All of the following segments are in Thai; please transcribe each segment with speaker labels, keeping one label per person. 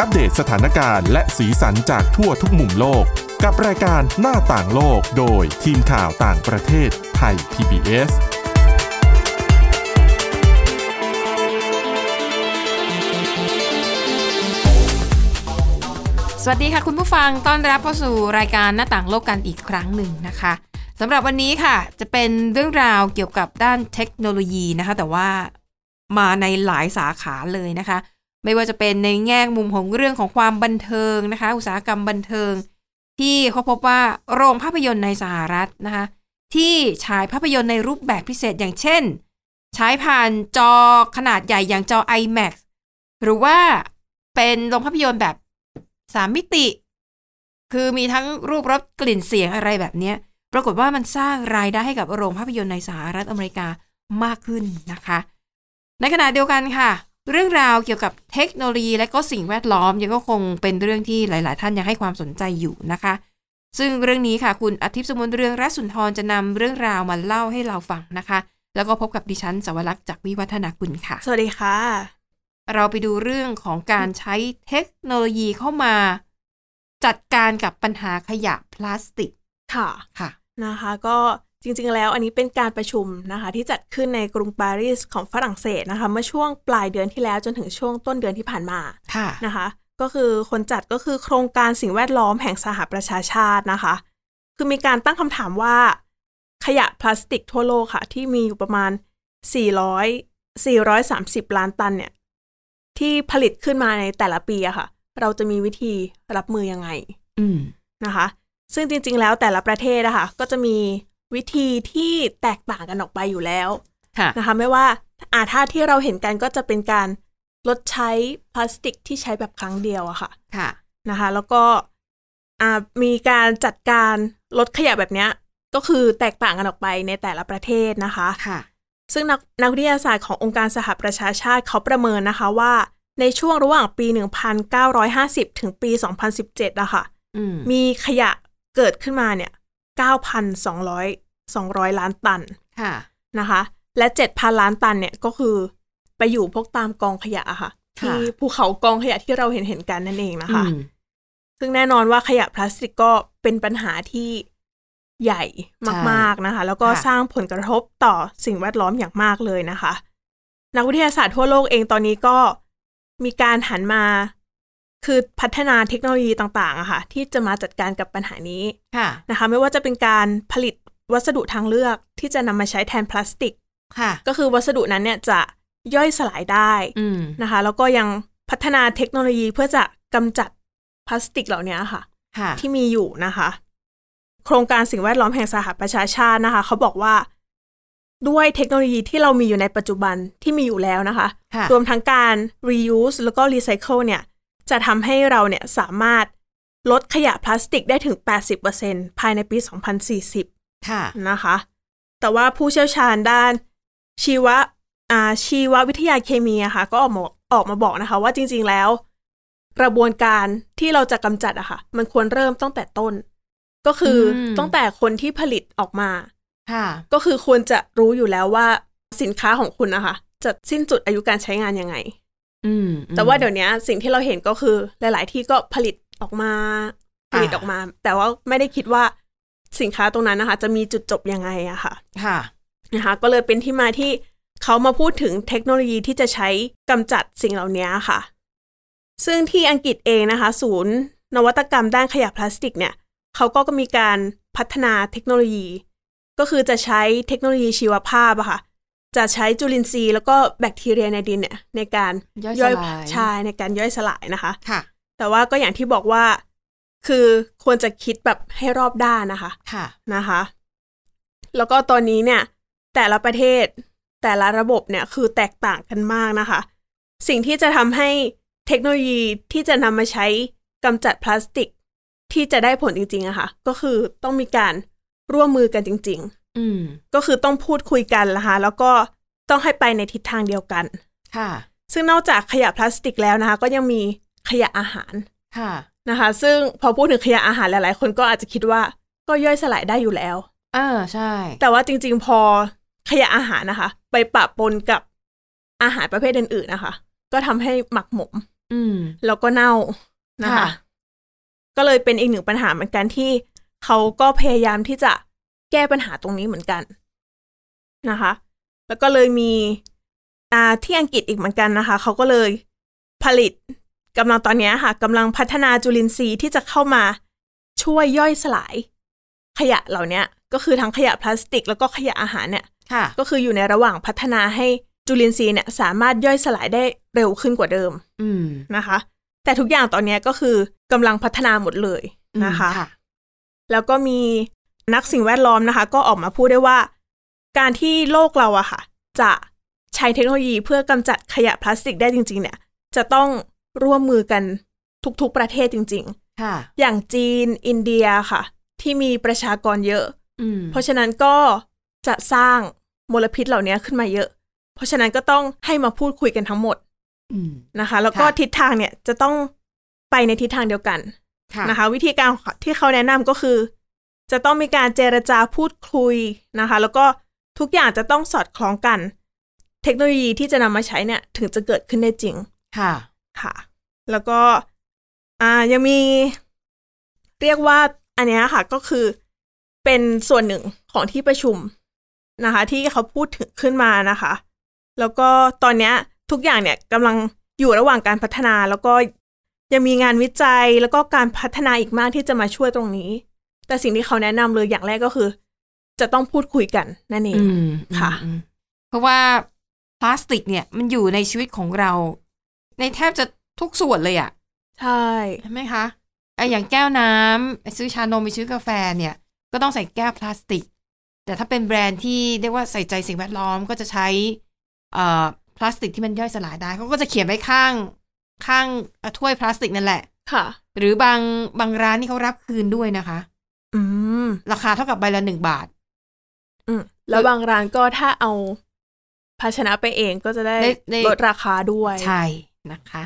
Speaker 1: อัปเดตสถานการณ์และสีสันจากทั่วทุกมุมโลก กับรายการหน้าต่างโลกโดยทีมข่าวต่างประเทศไทย PBS
Speaker 2: สวัสดีค่ะคุณผู้ฟังต้อนรับเข้าสู่รายการหน้าต่างโลกกันอีกครั้งหนึ่งนะคะสำหรับวันนี้ค่ะ จะเป็นเรื่องราวเกี่ยวกับด้านเทคโนโลยีนะคะ แต่ว่ามาในหลายสาขาเลยนะคะ ไม่ว่าจะเป็นในแง่มุมของเรื่องของความบันเทิงนะคะ อุตสาหกรรมบันเทิง ที่เขาพบว่าโรงภาพยนตร์ในสหรัฐนะคะ ที่ฉายภาพยนตร์ในรูปแบบพิเศษอย่างเช่น ใช้ผ่านจอขนาดใหญ่อย่างจอ IMAX หรือว่าเป็นโรงภาพยนตร์แบบสามมิติ คือมีทั้งรูปรสกลิ่นเสียงอะไรแบบเนี้ย ปรากฏว่ามันสร้างรายได้ให้กับโรงภาพยนตร์ในสหรัฐอเมริกามากขึ้นนะคะ ในขณะเดียวกันค่ะ เรื่องราวเกี่ยวกับเทคโนโลยีและก็สิ่งแวดล้อมยังก็คงเป็นเรื่องที่หลาย ๆ ท่านยังให้ความสนใจอยู่นะคะ ซึ่งเรื่องนี้ค่ะ คุณอาทิตย์สมุนเรืองรัศนทรจะนำเรื่องราวมาเล่าให้เราฟังนะคะ แล้วก็พบกับดิฉันสวรักษ์จากวิวัฒนาคุณค่ะ
Speaker 3: สวัสดีค่ะ
Speaker 2: เราไปดูเรื่องของการใช้เทคโนโลยีเข้ามา จัดการกับปัญหาขยะพลาสติก
Speaker 3: ค่ะ
Speaker 2: ค่ะ
Speaker 3: นะคะ ก็จริงๆแล้วอันนี้เป็นการประชุมนะคะ ที่จัดขึ้นในกรุงปารีสของฝรั่งเศสนะคะ เมื่อช่วงปลายเดือนที่แล้วจนถึงช่วงต้นเดือนที่ผ่านมา
Speaker 2: ค่ะ
Speaker 3: นะคะ ก็คือคนจัดก็คือโครงการสิ่งแวดล้อมแห่งสหประชาชาตินะคะ คือมีการตั้งคำถามว่า ขยะพลาสติกทั่วโลกค่ะ ที่มีอยู่ประมาณ 400 430 ล้านตันเนี่ยที่ผลิตขึ้นมาในแต่ละปีอะค่ะ เราจะมีวิธีรับมือยังไง
Speaker 2: อืม
Speaker 3: นะคะซึ่งจริงๆ แล้วแต่ละประเทศนะคะก็จะมีวิธีที่แตกต่างกันออกไปอยู่แล้ว
Speaker 2: ค่ะ
Speaker 3: นะคะไม่ว่าอาถ้าที่เราเห็นกันก็จะเป็นการลดใช้พลาสติกที่ใช้แบบครั้งเดียวอะค่ะ
Speaker 2: ค่ะ
Speaker 3: นะคะแล้วก็อ่ามีการจัดการลดขยะแบบเนี้ยก็คือแตกต่างกันออกไปในแต่ละประเทศนะคะ
Speaker 2: ค่ะ
Speaker 3: ซึ่งนักนักวิทยาศาสตร์ขององค์การสหประชาชาติเขาประเมินนะคะว่าในช่วงระหว่างปี 1950 ถึงปี 2017อะค่ะ
Speaker 2: อืม
Speaker 3: มีขยะเกิดขึ้นมาเนี่ย 9,200 200 ล้านตัน
Speaker 2: ค่ะ
Speaker 3: นะคะ และ 7,000 ล้านตันเนี่ยก็คือไปอยู่พวกตามกองขยะอะค่ะ
Speaker 2: ค่ะ
Speaker 3: ที่ภูเขากองขยะที่เราเห็นเห็นๆกันนั่นเองนะคะ
Speaker 2: อืม
Speaker 3: ซึ่งแน่นอนว่าขยะพลาสติกก็เป็นปัญหาที่ใหญ่มากๆนะคะ แล้วก็
Speaker 2: ค่ะ
Speaker 3: สร้างผลกระทบต่อสิ่งแวดล้อมอย่างมากเลยนะคะ นักวิทยาศาสตร์ทั่วโลกเองตอนนี้ก็มีการหันมาคือพัฒนาเทคโนโลยีต่างๆอะค่ะ ที่จะมาจัดการกับปัญหานี้
Speaker 2: ค่ะ
Speaker 3: นะคะ ไม่ว่าจะเป็นการผลิตวัสดุทางเลือกที่จะนำมาใช้แทนพลาสติก
Speaker 2: ค่ะ
Speaker 3: ก็คือวัสดุนั้นเนี่ยจะย่อยสลายได้
Speaker 2: อืม
Speaker 3: นะคะแล้วก็ยังพัฒนาเทคโนโลยีเพื่อจะกำจัดพลาสติกเหล่านี้ค่ะ
Speaker 2: ค่ะ
Speaker 3: ที่มีอยู่นะคะ โครงการสิ่งแวดล้อมแห่งสหประชาชาตินะคะ เขาบอกว่าด้วยเทคโนโลยีที่เรามีอยู่ในปัจจุบันที่มีอยู่แล้วนะคะ
Speaker 2: ค่ะ
Speaker 3: รวมทั้งการ reuse แล้วก็ recycle เนี่ย จะทำให้เราเนี่ยสามารถลดขยะพลาสติกได้ถึง 80%ภายในปี 2040
Speaker 2: ค่ะ
Speaker 3: นะคะ แต่ว่าผู้เชี่ยวชาญด้านชีวะอ่าชีววิทยาเคมีอะค่ะก็ออกมาออกมาบอกนะคะ ว่าจริงๆแล้ว กระบวนการที่เราจะกำจัดอะค่ะ มันควรเริ่มตั้งแต่ต้น ก็คืออ
Speaker 2: ม
Speaker 3: ตั้งแต่คนที่ผลิตออกมา
Speaker 2: ค่ะ
Speaker 3: ก็คือควรจะรู้อยู่แล้วว่าสินค้าของคุณนะคะจะสิ้นสุดอายุการใช้งานยังไง
Speaker 2: อืม
Speaker 3: แต่ว่าเดี๋ยวนี้สิ่งที่เราเห็นก็คือหลาย ๆ ที่ก็ผลิตออกมาผลิต
Speaker 2: อ่า
Speaker 3: ออกมา แต่ว่าไม่ได้คิดว่าสินค้าตรงนั้นนะคะ จะมีจุดจบยังไงอะค่ะ
Speaker 2: ค่ะ
Speaker 3: นะคะก็เลยเป็นที่มาที่เขามาพูดถึงเทคโนโลยีที่จะใช้กำจัดสิ่งเหล่านี้ค่ะ ซึ่งที่อังกฤษเองนะคะ ศูนย์ นวัตกรรมด้านขยะพลาสติกเนี่ยเขาก็มีการพัฒนาเทคโนโลยี ก็คือจะใช้เทคโนโลยีชีวภาพอะค่ะ จะใช้จุลินทรีย์แล้วก็แบคทีเรียในดินเนี่ยในการ
Speaker 2: ย่อยสลาย
Speaker 3: ใช่ในการย่อยสลายนะคะ
Speaker 2: ค่ะ
Speaker 3: แต่ว่าก็อย่างที่บอกว่าคือควรจะคิดแบบให้รอบด้านนะคะ
Speaker 2: ค่ะ
Speaker 3: นะคะ แล้วก็ตอนนี้เนี่ย แต่ละประเทศแต่ละระบบเนี่ยคือแตกต่างกันมากนะคะ สิ่งที่จะทำให้เทคโนโลยีที่จะนำมาใช้กำจัดพลาสติก ที่จะได้ผลจริงๆอะค่ะ ก็คือต้องมีการร่วมมือกันจริง
Speaker 2: อืม
Speaker 3: ๆ ก็คือต้องพูดคุยกันนะคะแล้วก็ต้องให้ไปในทิศทางเดียวกัน
Speaker 2: ค่ะ
Speaker 3: ซึ่งนอกจากขยะพลาสติกแล้วนะคะ ก็ยังมีขยะอาหาร
Speaker 2: ค่ะ
Speaker 3: นะคะ ซึ่งพอพูดถึงขยะอาหารหลายๆ คนก็อาจจะคิดว่าก็ย่อยสลายได้อยู่แล้ว
Speaker 2: เออ ใช่
Speaker 3: แต่ว่าจริงๆ พอขยะอาหารนะคะ ไปปะปนกับอาหารประเภทอื่นๆนะคะ ก็ทำให้หมักหมม
Speaker 2: อืม
Speaker 3: แล้วก็เน่านะคะ
Speaker 2: ค่ะ
Speaker 3: ก็เลยเป็นอีกหนึ่งปัญหาเหมือนกันที่เขาก็พยายามที่จะแก้ปัญหาตรงนี้เหมือนกันนะคะ แล้วก็เลยมีอ่าที่อังกฤษอีกเหมือนกันนะคะ เขาก็เลยผลิตกำลังตอนเนี้ยค่ะกำลังพัฒนาจุลินทรีย์ที่จะเข้ามาช่วยย่อยสลาย ขยะเหล่าเนี้ยก็คือทั้งขยะพลาสติก แล้วก็ขยะอาหารเนี่ย
Speaker 2: ค่ะ
Speaker 3: ก็คืออยู่ในระหว่างพัฒนาให้จุลินทรีย์เนี่ยสามารถย่อยสลายได้เร็วขึ้นกว่าเดิม
Speaker 2: อืม
Speaker 3: นะคะแต่ทุกอย่างตอนเนี้ยก็คือกำลังพัฒนาหมดเลย
Speaker 2: อืม
Speaker 3: นะคะ แล้วก็มีนักสิ่งแวดล้อมนะคะ ก็ออกมาพูดได้วยว่า การที่โลกเราอะค่ะ จะใช้เทคโนโลยีเพื่อกำจัดขยะพลาสติกได้จริง ๆ เนี่ย จะต้องร่วมมือกันทุกๆประเทศจริง
Speaker 2: ค่ะ
Speaker 3: ๆ อย่างจีนอินเดียค่ะ ที่มีประชากรเยอะ
Speaker 2: อืม
Speaker 3: เพราะฉะนั้นก็จะสร้างมลพิษเหล่านี้ขึ้นมาเยอะ เพราะฉะนั้นก็ต้องให้มาพูดคุยกันทั้งหมด
Speaker 2: อืม
Speaker 3: นะคะแล้วก็
Speaker 2: ค่ะ
Speaker 3: ทิศทางเนี่ยจะต้องไปในทิศทางเดียวกัน
Speaker 2: ค่ะ
Speaker 3: นะคะ วิธีการที่เขาแนะนำก็คือ จะต้องมีการเจรจาพูดคุยนะคะ แล้วก็ทุกอย่างจะต้องสอดคล้องกัน เทคโนโลยีที่จะนำมาใช้เนี่ยถึงจะเกิดขึ้นได้จริง
Speaker 2: ค่ะ
Speaker 3: ค่ะ แล้วก็อ่ายังมี เรียกว่าอันเนี้ยค่ะก็คือเป็นส่วนหนึ่งของที่ประชุมนะคะ ที่เขาพูดถึงขึ้นมานะคะ แล้วก็ตอนเนี้ยทุกอย่างเนี่ยกำลังอยู่ระหว่างการพัฒนา แล้วก็ยังมีงานวิจัยแล้วก็การพัฒนาอีกมากที่จะมาช่วยตรงนี้ แต่สิ่งที่เขาแนะนำเลยอย่างแรกก็คือ จะต้องพูดคุยกันนั่นเอง
Speaker 2: อืม
Speaker 3: ค่ะ
Speaker 2: อืมเพราะว่าพลาสติกเนี่ยมันอยู่ในชีวิตของเรา ในแทบจะทุกส่วนเลยอะ
Speaker 3: ใช่
Speaker 2: ใช่ไหมคะไอะอย่างแก้วน้ำซื้อชานมไปซื้อกาแฟเนี่ย ก็ต้องใส่แก้วพลาสติก แต่ถ้าเป็นแบรนด์ที่เรียกว่าใส่ใจสิ่งแวดล้อมก็จะใช้เอ่อพลาสติกที่มันย่อยสลายได้เขาก็จะเขียนไว้ข้างข้างเอ่อถ้วยพลาสติกนั่นแหละ
Speaker 3: ค่ะ
Speaker 2: หรือบางบางร้านนี่เขารับคืนด้วยนะคะ
Speaker 3: อืม
Speaker 2: ราคาเท่ากับใบละหนึ่งบาท
Speaker 3: อืมแล้วบางร้านก็ถ้าเอาภาชนะไปเองก็จะได้
Speaker 2: ได้ได้
Speaker 3: ลดราคาด้วย
Speaker 2: ใช่นะคะ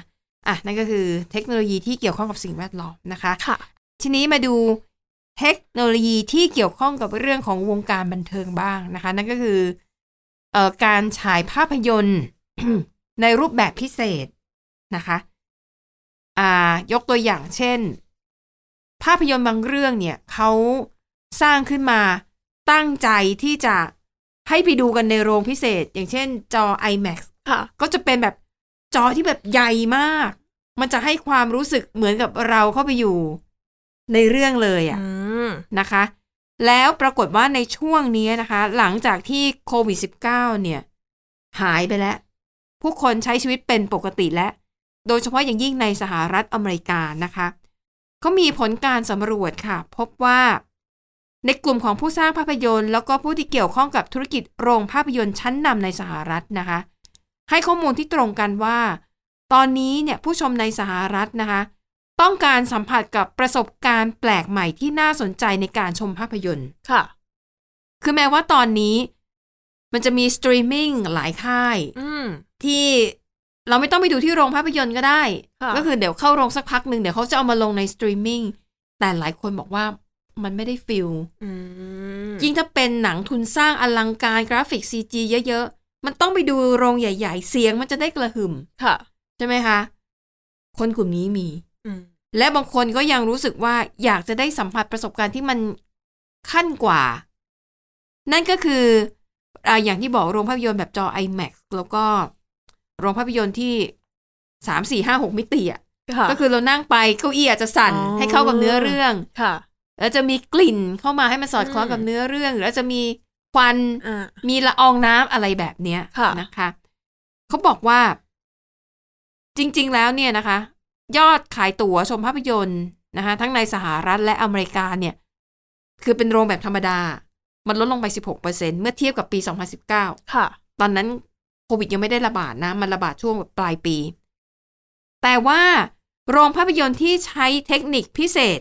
Speaker 2: อ่ะนั่นก็คือเทคโนโลยีที่เกี่ยวข้องกับสิ่งแวดล้อมนะคะ
Speaker 3: ค่ะ
Speaker 2: ทีนี้มาดูเทคโนโลยีที่เกี่ยวข้องกับเรื่องของวงการบันเทิงบ้างนะคะ นั่นก็คือเอ่อการฉายภาพยนตร์ ในรูปแบบพิเศษนะคะอ่ายกตัวอย่างเช่น ภาพยนตร์บางเรื่องเนี่ยเขาสร้างขึ้นมาตั้งใจที่จะให้ไปดูกันในโรงพิเศษ อย่างเช่นจอ IMAX
Speaker 3: ค่ะ
Speaker 2: ก็จะเป็นแบบจอที่แบบใหญ่มาก มันจะให้ความรู้สึกเหมือนกับเราเข้าไปอยู่ในเรื่องเลยอะ
Speaker 3: อืม
Speaker 2: นะคะ แล้วปรากฏว่าในช่วงนี้นะคะ หลังจากที่โควิด -19 เนี่ย หายไปแล้ว ผู้คนใช้ชีวิตเป็นปกติแล้ว โดยเฉพาะอย่างยิ่งในสหรัฐอเมริกานะคะเขามีผลการสำรวจค่ะ พบว่าในกลุ่มของผู้สร้างภาพยนตร์ แล้วก็ผู้ที่เกี่ยวข้องกับธุรกิจโรงภาพยนตร์ชั้นนำในสหรัฐนะคะ ให้ข้อมูลที่ตรงกันว่า ตอนนี้เนี่ยผู้ชมในสหรัฐนะคะ ต้องการสัมผัสกับประสบการณ์แปลกใหม่ที่น่าสนใจในการชมภาพยนตร์
Speaker 3: ค่ะ
Speaker 2: คือแม้ว่าตอนนี้มันจะมีสตรีมมิ่งหลายค่าย
Speaker 3: อืม
Speaker 2: ที่เราไม่ต้องไปดูที่โรงภาพยนตร์ก็ได้
Speaker 3: ค่ะ
Speaker 2: ก็คือเดี๋ยวเข้าโรงสักพักหนึ่งเดี๋ยวเขาจะเอามาลงในสตรีมมิ่งแต่หลายคนบอกว่ามันไม่ได้ฟิล
Speaker 3: อืม
Speaker 2: ยิ่งถ้าเป็นหนังทุนสร้างอลังการกราฟิก CG เยอะๆ มันต้องไปดูโรงใหญ่ๆ เสียงมันจะได้กระหึ่ม
Speaker 3: ค่ะ
Speaker 2: ใช่ไหมคะ คนกลุ่มนี้มี
Speaker 3: อืม
Speaker 2: และบางคนก็ยังรู้สึกว่าอยากจะได้สัมผัสประสบการณ์ที่มันขั้นกว่า นั่นก็คืออ่าอย่างที่บอกโรงภาพยนตร์แบบจอ IMAX แล้วก็โรงภาพยนตร์ที่สามสี่ห้าหกมิติอ่ะ
Speaker 3: ค่ะ
Speaker 2: ก็คือเรานั่งไปเก้าอี้อาจจะสั่น
Speaker 3: อ๋อ
Speaker 2: ให้เข้ากับเนื้อเรื่อง
Speaker 3: ค่ะ
Speaker 2: แล้วจะมีกลิ่นเข้ามาให้มันสอดคล้อง
Speaker 3: อืม
Speaker 2: กับเนื้อเรื่อง หรืออาจจะมีควัน
Speaker 3: อ่า
Speaker 2: มีละอองน้ำอะไรแบบเนี้ย
Speaker 3: ค่ะ
Speaker 2: นะคะ เขาบอกว่า จริง ๆ แล้วเนี่ยนะคะ ยอดขายตั๋วชมภาพยนตร์นะคะ ทั้งในสหรัฐและอเมริกาเนี่ย คือเป็นโรงแบบธรรมดา มันลดลงไป 16เปอร์เซ็นเมื่อเทียบกับปี 2019
Speaker 3: ค่ะ
Speaker 2: ตอนนั้นโควิดยังไม่ได้ระบาดนะ มันระบาดช่วงแบบปลายปี แต่ว่าโรงภาพยนตร์ที่ใช้เทคนิคพิเศษ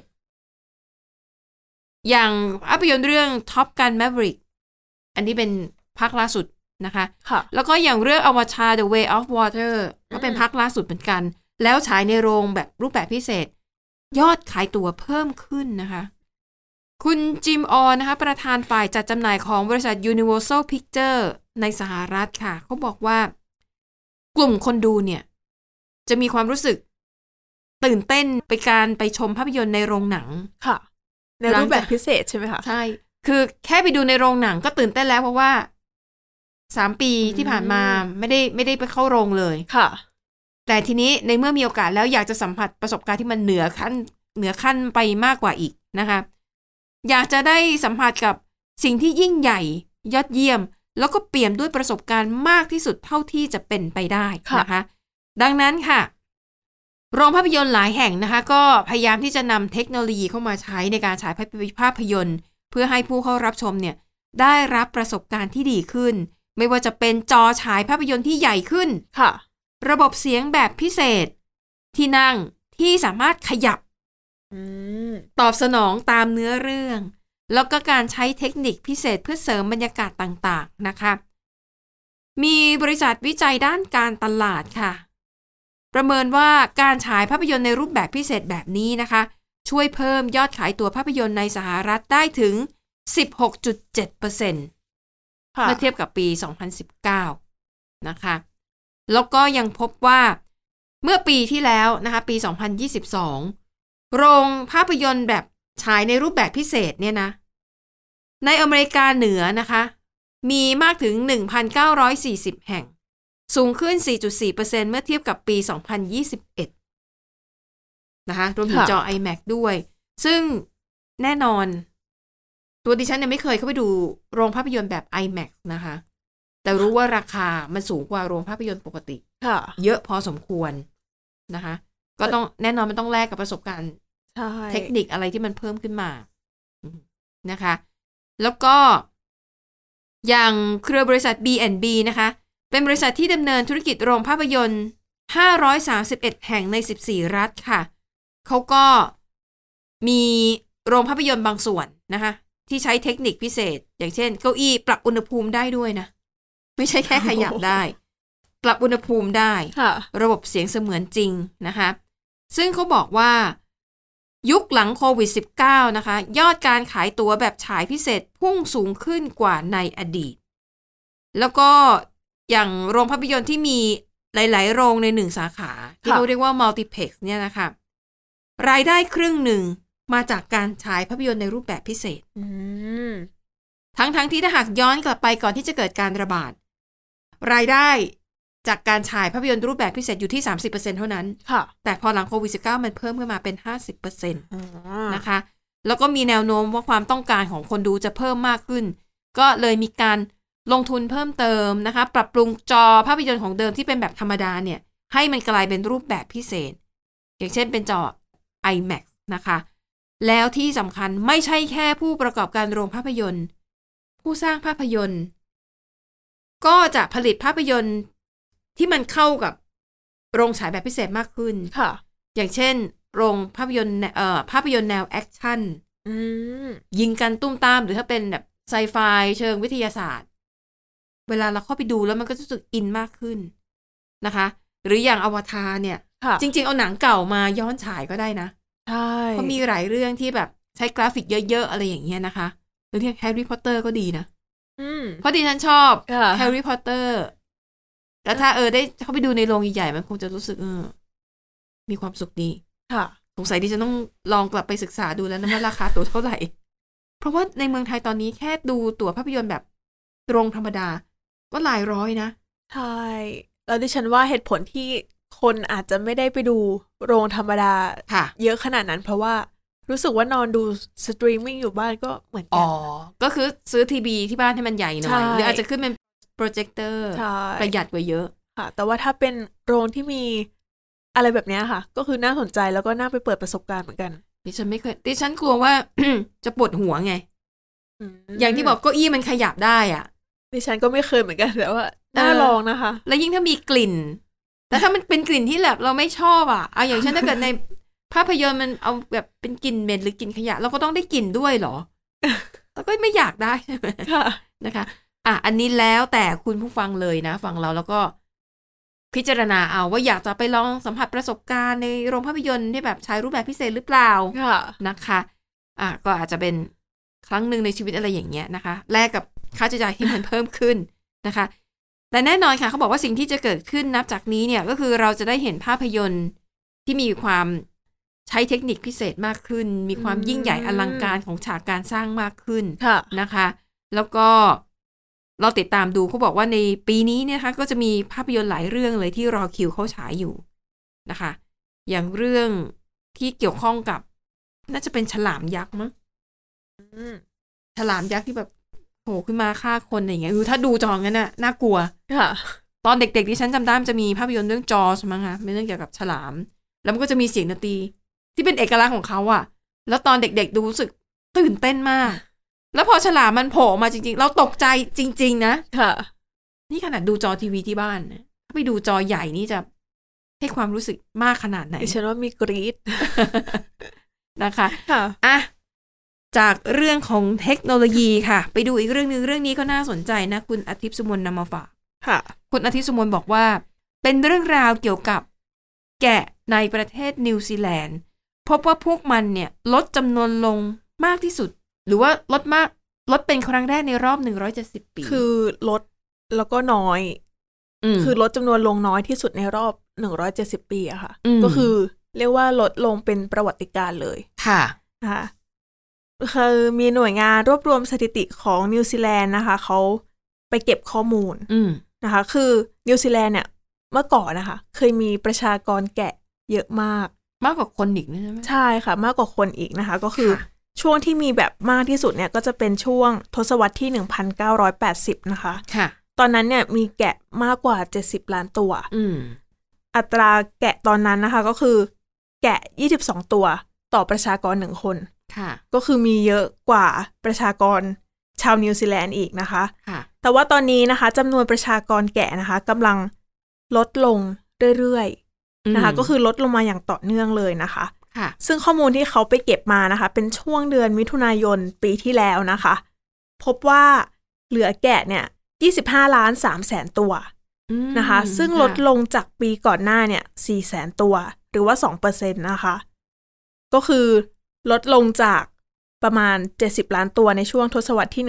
Speaker 2: อย่างภาพยนตร์เรื่อง Top Gun Maverick อันนี้เป็นภาคล่าสุดนะคะ
Speaker 3: ค่ะ
Speaker 2: แล้วก็อย่างเรื่องอวตาร The Way of Water ก็เป็นภาคล่าสุดเหมือนกัน แล้วฉายในโรงแบบรูปแบบพิเศษ ยอดขายตั๋วเพิ่มขึ้นนะคะ คุณจิมออนนะคะ ประธานฝ่ายจัดจำหน่ายของบริษัท Universal Picture ในสหรัฐค่ะ เขาบอกว่า กลุ่มคนดูเนี่ย จะมีความรู้สึก ตื่นเต้นไปการไปชมภาพยนตร์ในโรงหนัง
Speaker 3: ค่ะ ในรูปแบบพิเศษใช่ไหมคะ
Speaker 2: ใช่ คือแค่ไปดูในโรงหนังก็ตื่นเต้นแล้วเพราะว่าสามปี
Speaker 3: อืม
Speaker 2: ที่ผ่านมาไม่ได้ไม่ได้ไปเข้าโรงเลย
Speaker 3: ค่ะ
Speaker 2: แต่ทีนี้ในเมื่อมีโอกาสแล้วอยากจะสัมผัสประสบการณ์ที่มันเหนือขั้นเหนือขั้นไปมากกว่าอีกนะคะ อยากจะได้สัมผัสกับสิ่งที่ยิ่งใหญ่ยอดเยี่ยม แล้วก็เปี่ยมด้วยประสบการณ์มากที่สุดเท่าที่จะเป็นไปได้นะคะ ดังนั้นค่ะ โรงภาพยนตร์หลายแห่งนะคะ ก็พยายามที่จะนำเทคโนโลยีเข้ามาใช้ในการฉายภาพยนตร์ เพื่อให้ผู้เข้ารับชมเนี่ยได้รับประสบการณ์ที่ดีขึ้น ไม่ว่าจะเป็นจอฉายภาพยนตร์ที่ใหญ่ขึ้น
Speaker 3: ค่ะ
Speaker 2: ระบบเสียงแบบพิเศษ ที่นั่งที่สามารถขยับ
Speaker 3: อืม
Speaker 2: ตอบสนองตามเนื้อเรื่อง แล้วก็การใช้เทคนิคพิเศษเพื่อเสริมบรรยากาศต่างๆนะคะ มีบริษัทวิจัยด้านการตลาดค่ะ ประเมินว่าการฉายภาพยนตร์ในรูปแบบพิเศษแบบนี้นะคะ ช่วยเพิ่มยอดขายตัวภาพยนตร์ในสหรัฐได้ถึง 16.7%
Speaker 3: ค่ะ
Speaker 2: เมื่อเทียบกับปี 2019 นะคะ แล้วก็ยังพบว่าเมื่อปีที่แล้วนะคะ ปี 2022 โรงภาพยนตร์แบบฉายในรูปแบบพิเศษเนี่ยนะ ในอเมริกาเหนือนะคะ มีมากถึง 1,940 แห่ง สูงขึ้น 4.4%เมื่อเทียบกับปี 2021 นะคะ รวมถึง
Speaker 3: ค่ะ
Speaker 2: จอ iMac ด้วย ซึ่งแน่นอน ตัวดิฉันเนี่ยไม่เคยเข้าไปดูโรงภาพยนตร์แบบ IMAX นะคะ แต่รู้ว่าราคามันสูงกว่าโรงภาพยนตร์ปกติ
Speaker 3: ค่ะ
Speaker 2: เยอะพอสมควรนะคะ ก็ต้องแน่นอนมันต้องแลกกับประสบการณ์
Speaker 3: ใช่
Speaker 2: เทคนิคอะไรที่มันเพิ่มขึ้นมาอืมนะคะ แล้วก็ อย่างเครือบริษัท B&B นะคะ เป็นบริษัทที่ดำเนินธุรกิจโรงภาพยนตร์ 531 แห่งใน 14 รัฐค่ะ เขาก็มีโรงภาพยนตร์บางส่วนนะคะ ที่ใช้เทคนิคพิเศษ อย่างเช่น เก้าอี้ปรับอุณหภูมิได้ด้วยนะ ไม่ใช่แค่ขยับได้ ปรับอุณหภูมิได้
Speaker 3: ค่ะ
Speaker 2: ระบบเสียงเสมือนจริงนะคะ ซึ่งเขาบอกว่า ยุคหลังโควิด -19 นะคะ ยอดการขายตั๋วแบบฉายพิเศษพุ่งสูงขึ้นกว่าในอดีต แล้วก็อย่างโรงภาพยนตร์ที่มีหลาย ๆ โรงในหนึ่งสาขา ที่
Speaker 3: ค่ะ
Speaker 2: เขาเรียกว่า multiplex เนี่ยนะคะ รายได้ครึ่งหนึ่งมาจากการฉายภาพยนตร์ในรูปแบบพิเศษ
Speaker 3: อืม
Speaker 2: ทั้งๆทที่ถ้าหากย้อนกลับไปก่อนที่จะเกิดการระบาด รายได้จากการฉายภาพยนตร์รูปแบบพิเศษอยู่ที่ 30%เท่านั้น
Speaker 3: ค่ะ
Speaker 2: แต่พอหลังโควิด -19 มันเพิ่มขึ้นมาเป็น 50%น
Speaker 3: อ๋อะ
Speaker 2: คะ แล้วก็มีแนวโน้มว่าความต้องการของคนดูจะเพิ่มมากขึ้น ก็เลยมีการลงทุนเพิ่มเติมนะคะ ปรับปรุงจอภาพยนตร์ของเดิมที่เป็นแบบธรรมดาเนี่ย ให้มันกลายเป็นรูปแบบพิเศษ อย่างเช่นเป็นจอ IMAX นะคะ แล้วที่สำคัญไม่ใช่แค่ผู้ประกอบการโรงภาพยนตร์ ผู้สร้างภาพยนตร์ ก็จะผลิตภาพยนตร์ที่มันเข้ากับโรงฉายแบบพิเศษมากขึ้น
Speaker 3: ค่ะ
Speaker 2: อย่างเช่น โรงภาพยนตร์แนเอ่อภาพยนตร์แนวแอคชั่น
Speaker 3: อืม
Speaker 2: ยิงกันตุ้มตาม หรือถ้าเป็นแบบไซไฟเชิงวิทยาศาสตร์ เวลาเราเข้าไปดูแล้วมันก็จะรู้สึกอินมากขึ้นนะคะ หรืออย่างอวตารเนี่ย
Speaker 3: ค่ะ
Speaker 2: จริง ๆ เอาหนังเก่ามาย้อนฉายก็ได้นะ
Speaker 3: ใช่
Speaker 2: เพราะมีหลายเรื่องที่แบบใช้กราฟิกเยอะ ๆ อะไรอย่างเงี้ยนะคะหรือเรียกแฮร์รี่พอตเตอร์ก็ดีนะ
Speaker 3: อืม
Speaker 2: เพราะดิฉันชอบ
Speaker 3: ค่ะ
Speaker 2: แฮร์รี่พอตเตอร์แล้วถ้าเออได้เข้าไปดูในโรงใหญ่ๆมันคงจะรู้สึกเออมีความสุขดี
Speaker 3: ค่ะ
Speaker 2: สงสัยดิฉันต้องลองกลับไปศึกษาดูแล้วนะว่าราคาตั๋วเท่าไหร่ เพราะว่าในเมืองไทยตอนนี้แค่ดูตั๋วภาพยนตร์แบบโรงธรรมดา ก็หลายร้อยนะ
Speaker 3: ใช่แล้วดิฉันว่าเหตุผลที่คนอาจจะไม่ได้ไปดูโรงธรรมดา
Speaker 2: ค่ะ
Speaker 3: เยอะขนาดนั้นเพราะว่ารู้สึกว่านอนดูสตรีมมิ่งอยู่บ้านก็เหมือนกั
Speaker 2: อ๋อ ก็คือซื้อทีวีที่บ้านให้มันใหญ่หน่
Speaker 3: ใช่
Speaker 2: อย หรืออาจจะขึ้นเป็นโปรเจคเตอร์
Speaker 3: ใช่
Speaker 2: ประหยัดกว่าเยอะ
Speaker 3: ค่ะ แต่ว่าถ้าเป็นโรงที่มีอะไรแบบเนี้ยค่ะ ก็คือน่าสนใจแล้วก็น่าไปเปิดประสบการณ์เหมือนกัน
Speaker 2: ดิฉันไม่เคย ดิฉันกลัวว่า จะปวดหัวไง
Speaker 3: ม
Speaker 2: อย่างที่บอกเก้าอี้มันขยับได้อะ
Speaker 3: ดิฉันก็ไม่เคยเหมือนกันแต่ว่าน่า
Speaker 2: เออ
Speaker 3: ลองนะคะ
Speaker 2: แล้วยิ่งถ้ามีกลิ่น แต่ถ้ามันเป็นกลิ่นที่แบบเราไม่ชอบอ่ะเอาอย่างเช่นถ้าเกิดในภาพยนตร์มันเอาแบบเป็นกลิ่นเหม็นหรือกลิ่นขยะ เราก็ต้องได้กลิ่นด้วยเหรอ เราก็ไม่อยากได้ใช่ไหม
Speaker 3: ค่ะ
Speaker 2: นะคะ อ่ะ อันนี้แล้วแต่คุณผู้ฟังเลยนะ ฟังเราแล้วก็พิจารณาเอาว่าอยากจะไปลองสัมผัสประสบการณ์ในโรงภาพยนตร์ที่แบบใช้รูปแบบพิเศษหรือเปล่า
Speaker 3: ค่ะ
Speaker 2: นะคะ อ่ะก็อาจจะเป็นครั้งหนึ่งในชีวิตอะไรอย่างเงี้ยนะคะ แลกกับค่าใช้จ่ายที่มัน เพิ่มขึ้นนะคะ แต่แน่นอนค่ะเขาบอกว่าสิ่งที่จะเกิดขึ้นนับจากนี้เนี่ยก็คือเราจะได้เห็นภาพยนตร์ที่มีความ ใช้เทคนิคพิเศษมากขึ้น มีความ
Speaker 3: อืม
Speaker 2: ยิ่งใหญ่อลังการของฉากการสร้างมากขึ้น
Speaker 3: ค่ะ
Speaker 2: นะคะ แล้วก็เราติดตามดูเขาบอกว่าในปีนี้เนี่ยนะคะก็จะมีภาพยนตร์หลายเรื่องเลยที่รอคิวเขาฉายอยู่นะคะ อย่างเรื่องที่เกี่ยวข้องกับ น่าจะเป็นฉลามยักษ์มั้ง ฉลามยักษ์ที่แบบโผล่ขึ้นมาฆ่าคนอะไรอย่างเงี้ยคือถ้าดูจองั้นน่ะน่ากลัว
Speaker 3: ค่ะ
Speaker 2: ตอนเด็กๆดิฉันจำได้มันจะมีภาพยนตร์เรื่องจอสมั้งคะเป็นเรื่องเกี่ยวกับฉลาม แล้วมันก็จะมีเสียงดนตรีที่เป็นเอกลักษณ์ของเขาอะแล้วตอนเด็กๆดูรู้สึกตื่นเต้นมาก แล้วพอฉลามมันโผล่มาจริง ๆ เราตกใจจริง ๆ นะ
Speaker 3: ค่ะ
Speaker 2: นี่ขนาดดูจอทีวีที่บ้านนะถ้าไปดูจอใหญ่นี่จะให้ความรู้สึกมากขนาดไหน
Speaker 3: ดิฉันว่ามีกรีด
Speaker 2: นะคะ
Speaker 3: ค่ะ
Speaker 2: อ่ะจากเรื่องของเทคโนโลยีค่ะ ไปดูอีกเรื่องหนึ่งเรื่องนี้ก็น่าสนใจนะ คุณอาทิตย์สุมนต์นำมาฝาก
Speaker 3: ค่ะ
Speaker 2: คุณอาทิตย์สุมนต์บอกว่า เป็นเรื่องราวเกี่ยวกับแกะในประเทศนิวซีแลนด์พบว่าพวกมันเนี่ยลดจำนวนลงมากที่สุด หรือว่าลดมากลดเป็นครั้งแรกในรอบ 170 ปี
Speaker 3: คือลดแล้วก็น้อย
Speaker 2: ม
Speaker 3: คือลดจำนวนลงน้อยที่สุดในรอบ 170 ปีอะค่ะ
Speaker 2: อืม
Speaker 3: ก็คือเรียกว่าลดลงเป็นประวัติการณ์เลย
Speaker 2: ค่ะ
Speaker 3: นะคะคือมีหน่วยงานรวบรวมสถิติของนิวซีแลนด์นะคะ เขาไปเก็บข้อมูล
Speaker 2: อืม
Speaker 3: นะคะ คือนิวซีแลนด์เนี่ยเมื่อก่อนนะคะ เคยมีประชากรแกะเยอะมาก
Speaker 2: มากกว่าคนอีกนะใช่ไหม
Speaker 3: ใช่ค่ะ มากกว่าคนอีกนะคะ ก็คือ
Speaker 2: ค่ะ
Speaker 3: ช่วงที่มีแบบมากที่สุดเนี่ย ก็จะเป็นช่วงทศวรรษที่ 1980 นะคะ
Speaker 2: ค่ะ
Speaker 3: ตอนนั้นเนี่ยมีแกะมากกว่า 70 ล้านตัว
Speaker 2: อืม
Speaker 3: อัตราแกะตอนนั้นนะคะก็คือ แกะ 22 ตัวต่อประชากรหนึ่งคน
Speaker 2: ค่ะ
Speaker 3: ก็คือมีเยอะกว่าประชากรชาวนิวซีแลนด์อีกนะคะ
Speaker 2: ค่ะ
Speaker 3: แต่ว่าตอนนี้นะคะจำนวนประชากรแกะนะคะกำลังลดลงเรื่อยๆนะคะ ก็คือลดลงมาอย่างต่อเนื่องเลยนะคะ
Speaker 2: ค่ะ
Speaker 3: ซึ่งข้อมูลที่เขาไปเก็บมานะคะ เป็นช่วงเดือนมิถุนายนปีที่แล้วนะคะ พบว่าเหลือแกะเนี่ย25ล้าน3แสนตัว
Speaker 2: อืม
Speaker 3: นะคะซึ่งลด
Speaker 2: ค่ะ
Speaker 3: ลงจากปีก่อนหน้าเนี่ย4แสนตัว หรือว่า 2%นะคะ ก็คือลดลงจากประมาณ 70 ล้านตัวในช่วงทศวรรษที่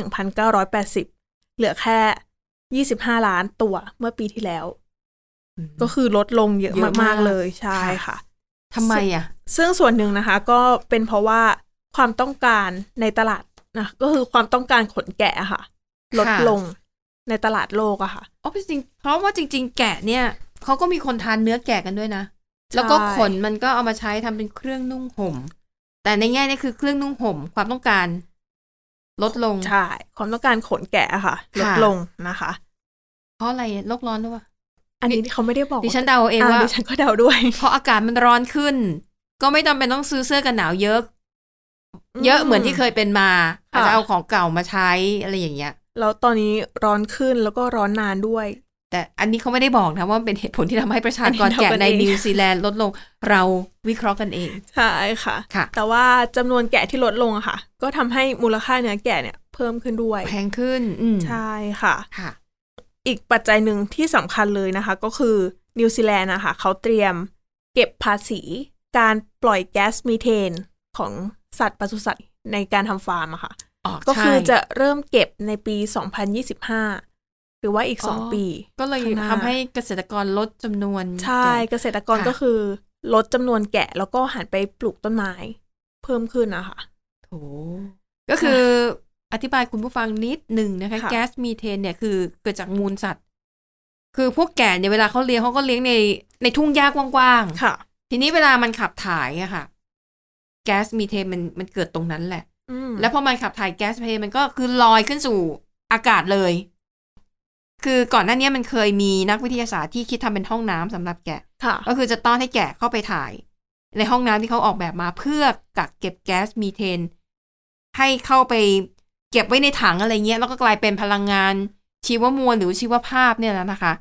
Speaker 3: 1980 เหลือแค่ 25 ล้านตัวเมื่อปีที่แล้ว
Speaker 2: อืม
Speaker 3: ก็คือลดลงเยอะ
Speaker 2: เยอะมาม
Speaker 3: าก ก ๆ เลยใช่ค่ะ
Speaker 2: ทำไมอ่ะ
Speaker 3: ซึ่งส่วนหนึ่งนะคะก็เป็นเพราะว่าความต้องการในตลาดนะก็คือความต้องการขนแกะอะค่ะ ลด
Speaker 2: ค่ะ
Speaker 3: ลงในตลาดโลกอะค่ะ
Speaker 2: อ๋อเป็นจริงเพราะว่าจริง ๆ แกะเนี่ยเขาก็มีคนทานเนื้อแกะกันด้วยนะ แล้วก็ขนมันก็เอามาใช้ทำเป็นเครื่องนุ่งห่ม แต่ในแง่เนี้คือเครื่องนุ่งห่มความต้องการ ลดลง
Speaker 3: ใช่ ความต้องการขนแกะอะค่ะ ลด
Speaker 2: ค่ะ
Speaker 3: ลงนะคะ
Speaker 2: เพราะอะไรโลกร้อนด้วยวะ
Speaker 3: อันนี้เขาไม่ได้บอก
Speaker 2: ดิฉันเดาเอาเองว่า
Speaker 3: ดิฉันก็เดาด้วย
Speaker 2: เพราะอากาศมันร้อนขึ้น ก็ไม่จำเป็นต้องซื้อเสื้อกันหนาวเยอะ เยอะเหมือนที่เคยเป็นมา อาจจะเอาของเก่ามาใช้อะไรอย่างเงี้ย
Speaker 3: แล้วตอนนี้ร้อนขึ้นแล้วก็ร้อนนานด้วย
Speaker 2: แต่อันนี้เขาไม่ได้บอกนะว่ามันเป็นเหตุผลที่ทำให้ประชากร
Speaker 3: อันนี้เรา
Speaker 2: แกะใน
Speaker 3: ก็เอง
Speaker 2: นิวซีแลนด์ลดลง เราวิเคราะห์กันเอง
Speaker 3: ใช่ค่ะ
Speaker 2: ค่ะ
Speaker 3: แต่ว่าจำนวนแกะที่ลดลงอะค่ะ ก็ทำให้มูลค่าเนื้อแกะเนี่ยเพิ่มขึ้นด้วย
Speaker 2: แพงขึ้น อืม
Speaker 3: ใช่ค่ะ
Speaker 2: ค่ะ
Speaker 3: อีกปัจจัยหนึ่งที่สำคัญเลยนะคะ ก็คือนิวซีแลนด์นะคะเขาเตรียมเก็บภาษีการปล่อยแก๊สมีเทนของสัตว์ปศุสัตว์ในการทำฟาร์มอะค่ะ ก็คือจะเริ่มเก็บในปี 2025 หรือว่าอีก
Speaker 2: อ๋อ
Speaker 3: 2 ปี
Speaker 2: ก็เลย
Speaker 3: ข้างหน้า
Speaker 2: ทำให้เกษตรกรลดจำนวน
Speaker 3: ใช่
Speaker 2: แกะ
Speaker 3: เกษตรกร
Speaker 2: ค่ะ
Speaker 3: ก็คือลดจำนวนแกะแล้วก็หันไปปลูกต้นไม้ เพิ่มขึ้นนะคะ
Speaker 2: โถก็คืออธิบายคุณผู้ฟังนิดหนึ่งนะคะ
Speaker 3: ค่ะ
Speaker 2: แก๊สมีเทนเนี่ยคือเกิดจากมูลสัตว์ คือพวกแกะเนี่ยเวลาเขาเลี้ยงเขาก็เลี้ยงในในทุ่งหญ้ากว้าง
Speaker 3: ค่ะ
Speaker 2: ๆ ทีนี้เวลามันขับถ่ายอะค่ะ แก๊สมีเทนมันมันเกิดตรงนั้นแหละ
Speaker 3: อืม
Speaker 2: แล้วพอมันขับถ่ายแก๊สเพมันก็คือลอยขึ้นสู่อากาศเลย คือก่อนหน้านี้มันเคยมีนักวิทยาศาสตร์ที่คิดทำเป็นห้องน้ำสำหรับแกะ
Speaker 3: ค่ะ
Speaker 2: ก็คือจะต้อนให้แกะเข้าไปถ่าย ในห้องน้ำที่เขาออกแบบมาเพื่อกักเก็บแก๊สมีเทน ให้เข้าไปเก็บไว้ในถังอะไรเงี้ย แล้วก็กลายเป็นพลังงานชีวมวลหรือชีวภาพเนี่ยแหละนะคะ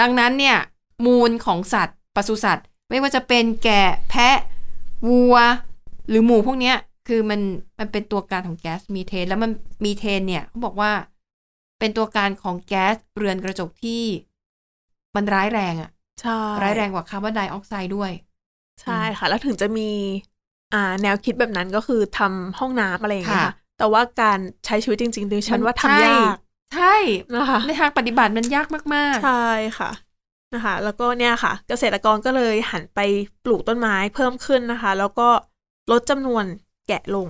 Speaker 2: ดังนั้นเนี่ย มูลของสัตว์ปศุสัตว์ ไม่ว่าจะเป็นแกะแพะ วัว หรือหมูพวกเนี้ย คือมันมันเป็นตัวการของแก๊สมีเทน แล้วมันมีเทนเนี่ยเขาบอกว่าเป็นตัวการของแก๊สเรือนกระจกที่มันร้ายแรงอะ
Speaker 3: ใช่
Speaker 2: ร้ายแรงกว่าคาร์บอนไดออกไซด์ด้วย
Speaker 3: ใช่ค่ะ แล้วถึงจะมีอ่าแนวคิดแบบนั้นก็คือทำห้องน้ำอะไรอย่างเงี้ย
Speaker 2: ค่ะ
Speaker 3: ค่ะ แต่ว่าการใช้ชีวิตจริงๆดิฉัน
Speaker 2: มัน
Speaker 3: ว่า
Speaker 2: ใช่
Speaker 3: ทำยาก
Speaker 2: ใช่
Speaker 3: นะคะ
Speaker 2: ในทางปฏิบัติมันยากมาก
Speaker 3: ใช่ค่ะ นะคะแล้วก็เนี่ยค่ะ เกษตรกรก็เลยหันไปปลูกต้นไม้เพิ่มขึ้นนะคะ แล้วก็ลดจำนวนแกะลง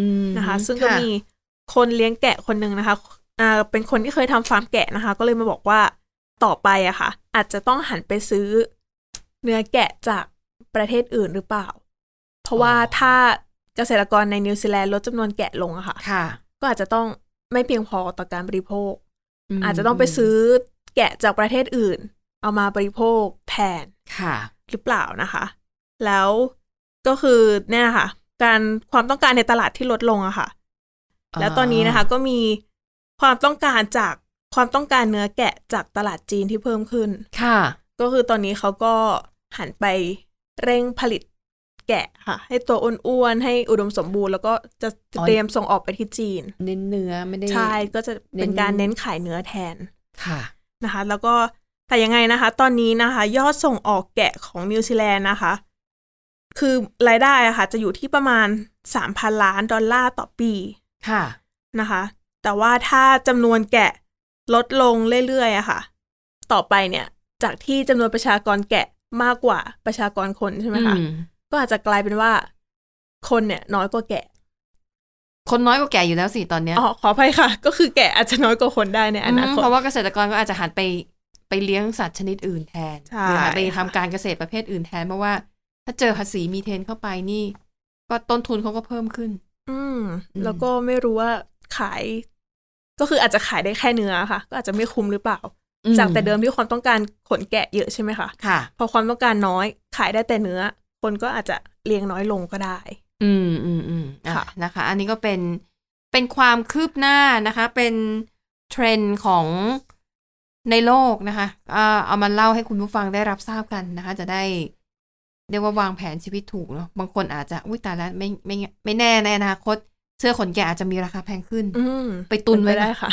Speaker 2: อืม
Speaker 3: นะคะ ซึ่งก็มีคนเลี้ยงแกะคนหนึ่งนะคะอ่าเป็นคนที่เคยทำฟาร์มแกะนะคะ ก็เลยมาบอกว่าต่อไปอะค่ะ อาจจะต้องหันไปซื้อเนื้อแกะจากประเทศอื่นหรือเปล่า เพราะว่าถ้าเกษตรกรในนิวซีแลนด์ลดจำนวนแกะลงอะค่ะ
Speaker 2: ค่ะ
Speaker 3: ก็อาจจะต้องไม่เพียงพอต่อการบริโภค
Speaker 2: ม
Speaker 3: อาจจะต้องไปซื้อแกะจากประเทศอื่น เอามาบริโภคแทน
Speaker 2: ค่ะ
Speaker 3: หรือเปล่านะคะ แล้วก็คือเนี่ยค่ะ การความต้องการในตลาดที่ลดลงอะค่ะ แล้วตอนนี้นะคะก็มีความต้องการจากความต้องการเนื้อแกะจากตลาดจีนที่เพิ่มขึ้น
Speaker 2: ค่ะ
Speaker 3: ก็คือตอนนี้เขาก็หันไปเร่งผลิตแกะค่ะ ให้ตัวอ้วนๆให้อุดมสมบูรณ์ แล้วก็จะ
Speaker 2: อ๋อ
Speaker 3: เตรียมส่งออกไปที่จีน
Speaker 2: เน้นเนื้อไม่ได้
Speaker 3: ใช่ก็จะเป็นการ
Speaker 2: เน้
Speaker 3: เน้
Speaker 2: น
Speaker 3: นขายเนื้อแทน
Speaker 2: ค่ะ
Speaker 3: นะคะแล้วก็แต่ยังไงนะคะ ตอนนี้นะคะ ยอดส่งออกแกะของนิวซีแลนด์นะคะ คือรายได้อะค่ะ จะอยู่ที่ประมาณ 3,000 ล้านดอลลาร์ต่อปี
Speaker 2: ค่ะ
Speaker 3: นะคะ แต่ว่าถ้าจำนวนแกะลดลงเรื่อยๆอะค่ะ ต่อไปเนี่ยจากที่จำนวนประชากรแกะมากกว่าประชากรคนใช่ไหมคะ
Speaker 2: อืม
Speaker 3: ก็อาจจะกลายเป็นว่าคนเนี่ยน้อยกว่าแกะ
Speaker 2: คนน้อยกว่าแก่อยู่แล้วสิตอนเนี้ย
Speaker 3: อ๋อขออภัยค่ะ ก็คือแกะอาจจะน้อยกว่าคนได้ในอนา
Speaker 2: อืม
Speaker 3: คต
Speaker 2: เพราะว่าเกษตรกรก็อาจจะหันไปไปเลี้ยงสัตว์ชนิดอื่นแทน
Speaker 3: ใช่
Speaker 2: หรือหันไปทำการเกษตรประเภทอื่นแทนเพราะว่า ถ้าเจอภาษีมีเทนเข้าไปนี่ ก็ต้นทุนเขาก็เพิ่มขึ้น
Speaker 3: อืม
Speaker 2: อืม
Speaker 3: แล้วก็ไม่รู้ว่าขาย ก็คืออาจจะขายได้แค่เนื้อค่ะ ก็อาจจะไม่คุ้มหรือเปล่า จากแต่เดิมที่ความต้องการขนแกะเยอะใช่ไหมคะ
Speaker 2: ค่ะ
Speaker 3: พอความต้องการน้อยขายได้แต่เนื้อ คนก็อาจจะเลี้ยงน้อยลงก็ได้
Speaker 2: อืมอืมอืมอ่
Speaker 3: ค่ะ
Speaker 2: นะคะ อันนี้ก็เป็นเป็นความคืบหน้านะคะ เป็นเทรนด์ของในโลกนะคะอ่าเอามาเล่าให้คุณผู้ฟังได้รับทราบกันนะคะ จะได้เรียกว่าวางแผนชีวิตถูกเนาะบางคนอาจจะอุ้ยตายแล้วไม่ไม่ไม่แน่ในอนาคต เสื้อขนแกะอาจจะมีราคาแพงขึ้น
Speaker 3: อืม
Speaker 2: ไปตุนไว้
Speaker 3: เป็ได้ค่ะ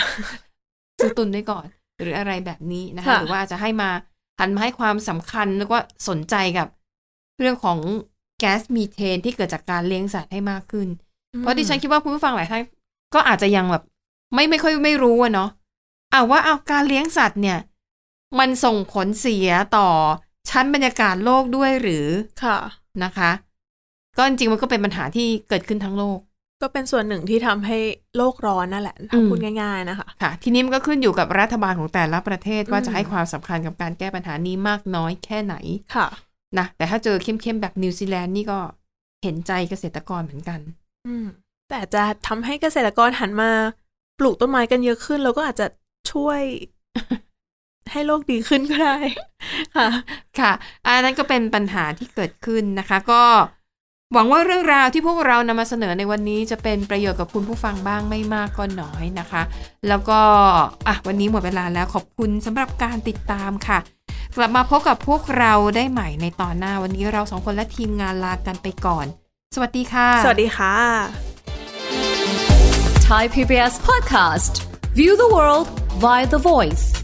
Speaker 2: ซื้อตุนไว้ก่อน หรืออะไรแบบนี้นะคะ
Speaker 3: ค่ะ
Speaker 2: หรือว่าอาจจะให้มาหันมาให้ความสำคัญแล้วก็สนใจกับเรื่องของแก๊สมีเทนที่เกิดจากการเลี้ยงสัตว์ให้มากขึ้น เพราะดิฉันคิดว่าคุณผู้ฟังหลายท่านก็อาจจะยังแบบ ไม่ไม่ค่อยไม่รู้อะเนาะอ่าว่าเอาการเลี้ยงสัตว์เนี่ย มันส่งผลเสียต่อชั้นบรรยากาศโลกด้วยหรือ
Speaker 3: ค่ะ
Speaker 2: นะคะ ก็จริงๆมันก็เป็นปัญหาที่เกิดขึ้นทั้งโลก
Speaker 3: ก็เป็นส่วนหนึ่งที่ทำให้โลกร้อนนั่นแหละ
Speaker 2: อืม
Speaker 3: ถ้าพูดง่าย ๆนะคะ
Speaker 2: ค่ะ ทีนี้มันก็ขึ้นอยู่กับรัฐบาลของแต่ละประเทศว่า
Speaker 3: อืม
Speaker 2: จะให้ความสำคัญกับการแก้ปัญหานี้มากน้อยแค่ไหน
Speaker 3: ค่ะ
Speaker 2: นะแต่ถ้าเจอเข้มๆแบบนิวซีแลนด์นี่ก็เห็นใจเกษตรกรเหมือนกัน
Speaker 3: อืมแต่อาจจะทำให้เกษตรกรหันมาปลูกต้นไม้กันเยอะขึ้น แล้วก็อาจจะช่วย ให้โลกดีขึ้นก็ได้ ค่ะ
Speaker 2: ค่ะอันนั้นก็เป็นปัญหาที่เกิดขึ้นนะคะ ก็หวังว่าเรื่องราวที่พวกเรานำมาเสนอในวันนี้จะเป็นประโยชน์กับคุณผู้ฟังบ้างไม่มากก็น้อยนะคะ แล้วก็อ่ะวันนี้หมดเวลาแล้วขอบคุณสำหรับการติดตามค่ะ กลับมาพบกับพวกเราได้ใหม่ในตอนหน้าวันนี้เราสองคนและทีมงานลากันไปก่อน สวัสดีค่ะ
Speaker 3: สวัสดีค่ะ
Speaker 4: Thai PBS podcast. View the world via the voice.